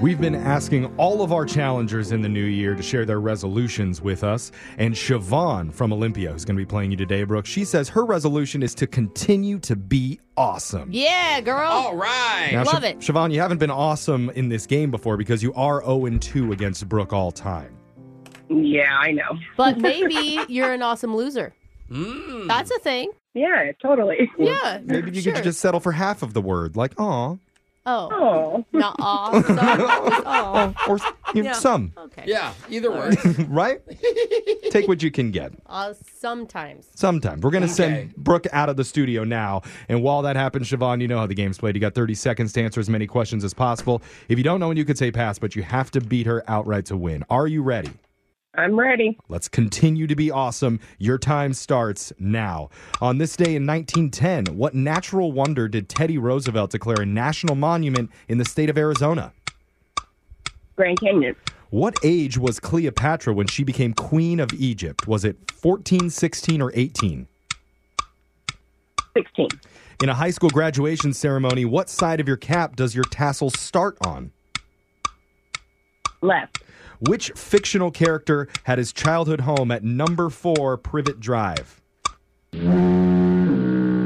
We've been asking all of our challengers in the new year to share their resolutions with us. And Siobhan from Olympia, who's going to be playing you today, Brooke, she says her resolution is to continue to be awesome. Yeah, girl. All right. Now, Siobhan- Love it. Siobhan, you haven't been awesome in this game before because you are 0 2 against Brooke all time. Yeah, I know. But maybe you're an awesome loser. Mm. That's a thing. Yeah, totally. Yeah. Maybe you sure. could just settle for half of the word, like aw, Oh. Oh, Not aw. Sorry. Oh. or you know, Yeah. some, Okay. Yeah, either word. right? Take what you can get. Uh, sometimes. Sometimes. We're going to Okay. send Brooke out of the studio now. And while that happens, Siobhan, you know how the game's played. You got 30 seconds to answer as many questions as possible. If you don't know, you could say pass, but you have to beat her outright to win. Are you ready? I'm ready. Let's continue to be awesome. Your time starts now. On this day in 1910, what natural wonder did Teddy Roosevelt declare a national monument in the state of Arizona? Grand Canyon. What age was Cleopatra when she became queen of Egypt? Was it 14, 16, or 18? 16. In a high school graduation ceremony, what side of your cap does your tassel start on? Left. Which fictional character had his childhood home at number four Privet Drive?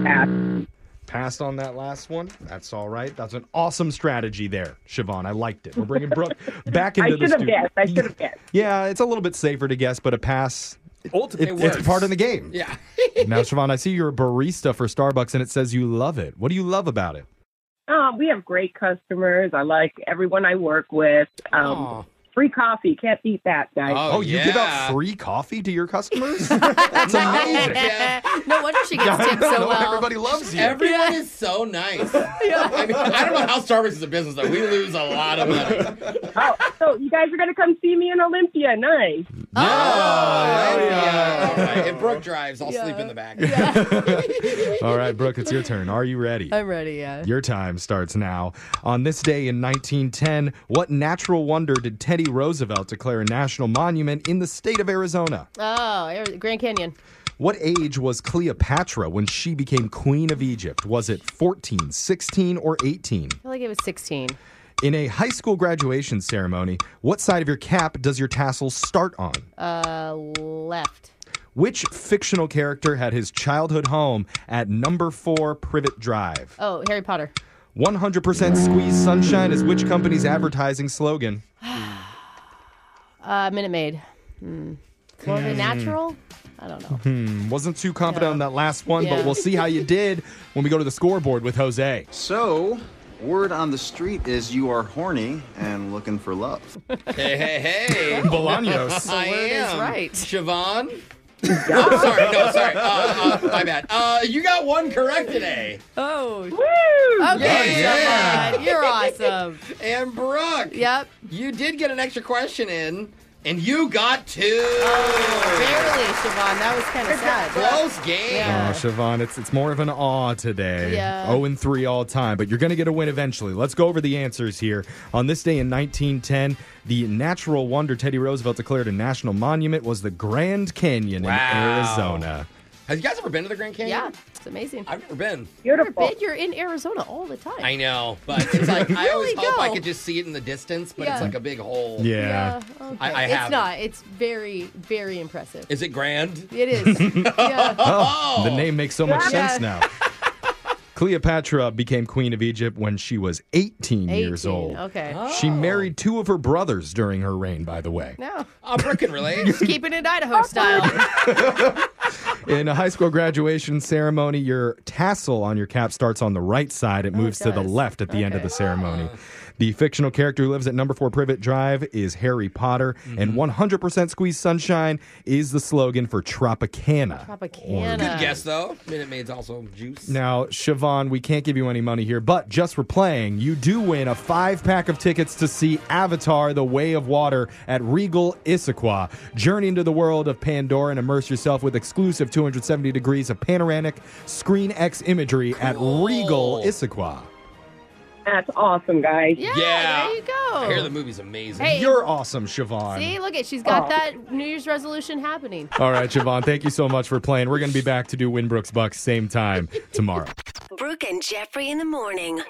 Pass. Passed on that last one. That's all right. That's an awesome strategy there, Siobhan. I liked it. We're bringing Brooke back I into the should have studio. guessed. I should have guessed. Yeah, it's a little bit safer to guess, but a pass. Ultimate It, words. it's part of the game. Yeah. Now, Siobhan, I see you're a barista for Starbucks, and it says you love it. What do you love about it? Um, we have great customers. I like everyone I work with. Um, Aw. Free coffee. Can't beat that, guys. Oh, you give yeah. out free coffee to your customers? That's amazing. Yeah. no wonder she gets tipped so well. Everybody loves you. Everyone is so nice. I mean, I don't know how Starbucks is a business though. We lose a lot of money. Oh, so you guys are going to come see me in Olympia. Nice. Oh, yeah. yeah. All right. If Brooke drives, I'll sleep in the back. All right, Brooke, it's your turn. Are you ready? I'm ready, yeah. Your time starts now. On this day in 1910, what natural wonder did Teddy Roosevelt declare a national monument in the state of Arizona? Oh, Ari- Grand Canyon. What age was Cleopatra when she became Queen of Egypt? Was it 14, 16, or 18? I feel like it was 16. In a high school graduation ceremony, what side of your cap does your tassel start on? Uh, left. Which fictional character had his childhood home at number four Privet Drive? Oh, Harry Potter. 100% squeeze sunshine is which company's advertising slogan? Uh, Minute Maid. Hmm. Was it natural? I don't know. Mm-hmm. Wasn't too confident Yeah. on that last one, but Yeah. we'll see how you did when we go to the scoreboard with Jose. So, word on the street is you are horny and looking for love. Hey, hey, hey. Bolaños. I word is am. right. Siobhan? Oh, sorry. No, sorry. Uh, uh, my bad. Uh, you got one correct today. Oh, Woo! okay. Yeah. Siobhan, You're awesome. And Brooke, Yep. you did get an extra question in, and you got two. Barely, Siobhan. That was kind of sad. Close game. Oh. Yeah. Oh, Siobhan, it's it's more of an awe today. Yeah. 0 and 3 all time, but you're going to get a win eventually. Let's go over the answers here. On this day in 1910, the natural wonder Teddy Roosevelt declared a national monument was the Grand Canyon Wow. in Arizona. Have you guys ever been to the Grand Canyon? Yeah, it's amazing. I've never been. Beautiful. Bid, you're in Arizona all the time. I know, but it's like I always Really hope I go. could just see it in the distance, but Yeah. it's like a big hole. Yeah. okay. I- I it's haven't. not. It's very, very impressive. Is it grand? It is. yeah. Oh, the name makes so much Yeah. sense now. Cleopatra became queen of Egypt when she was 18, 18. years old. Okay. Oh. She married two of her brothers during her reign, by the way. No. Oh, Brooke can relate. Keeping it Idaho style. In a high school graduation ceremony, your tassel on your cap starts on the right side. It moves to the Oh, does. left at the end of Okay. Ah. the ceremony. The fictional character who lives at number four Privet Drive is Harry Potter, and Mm-hmm. 100% Squeeze Sunshine is the slogan for Tropicana. Tropicana. Good guess though. Minute Maid's also juice. Now, Siobhan, we can't give you any money here, but just for playing, you do win a five pack of tickets to see Avatar The Way of Water at Regal Issaquah. Journey into the world of Pandora and immerse yourself with exclusive 270 degrees of panoramic Screen X imagery at Regal Issaquah. That's awesome, guys. Yeah, Yeah. There you go. I hear the movie's amazing. Hey. You're awesome, Siobhan. See, look at she's got Oh. that New Year's resolution happening. All right, Siobhan, thank you so much for playing. We're going to be back to do Winbrooks Bucks same time tomorrow. Brooke and Jeffrey in the morning.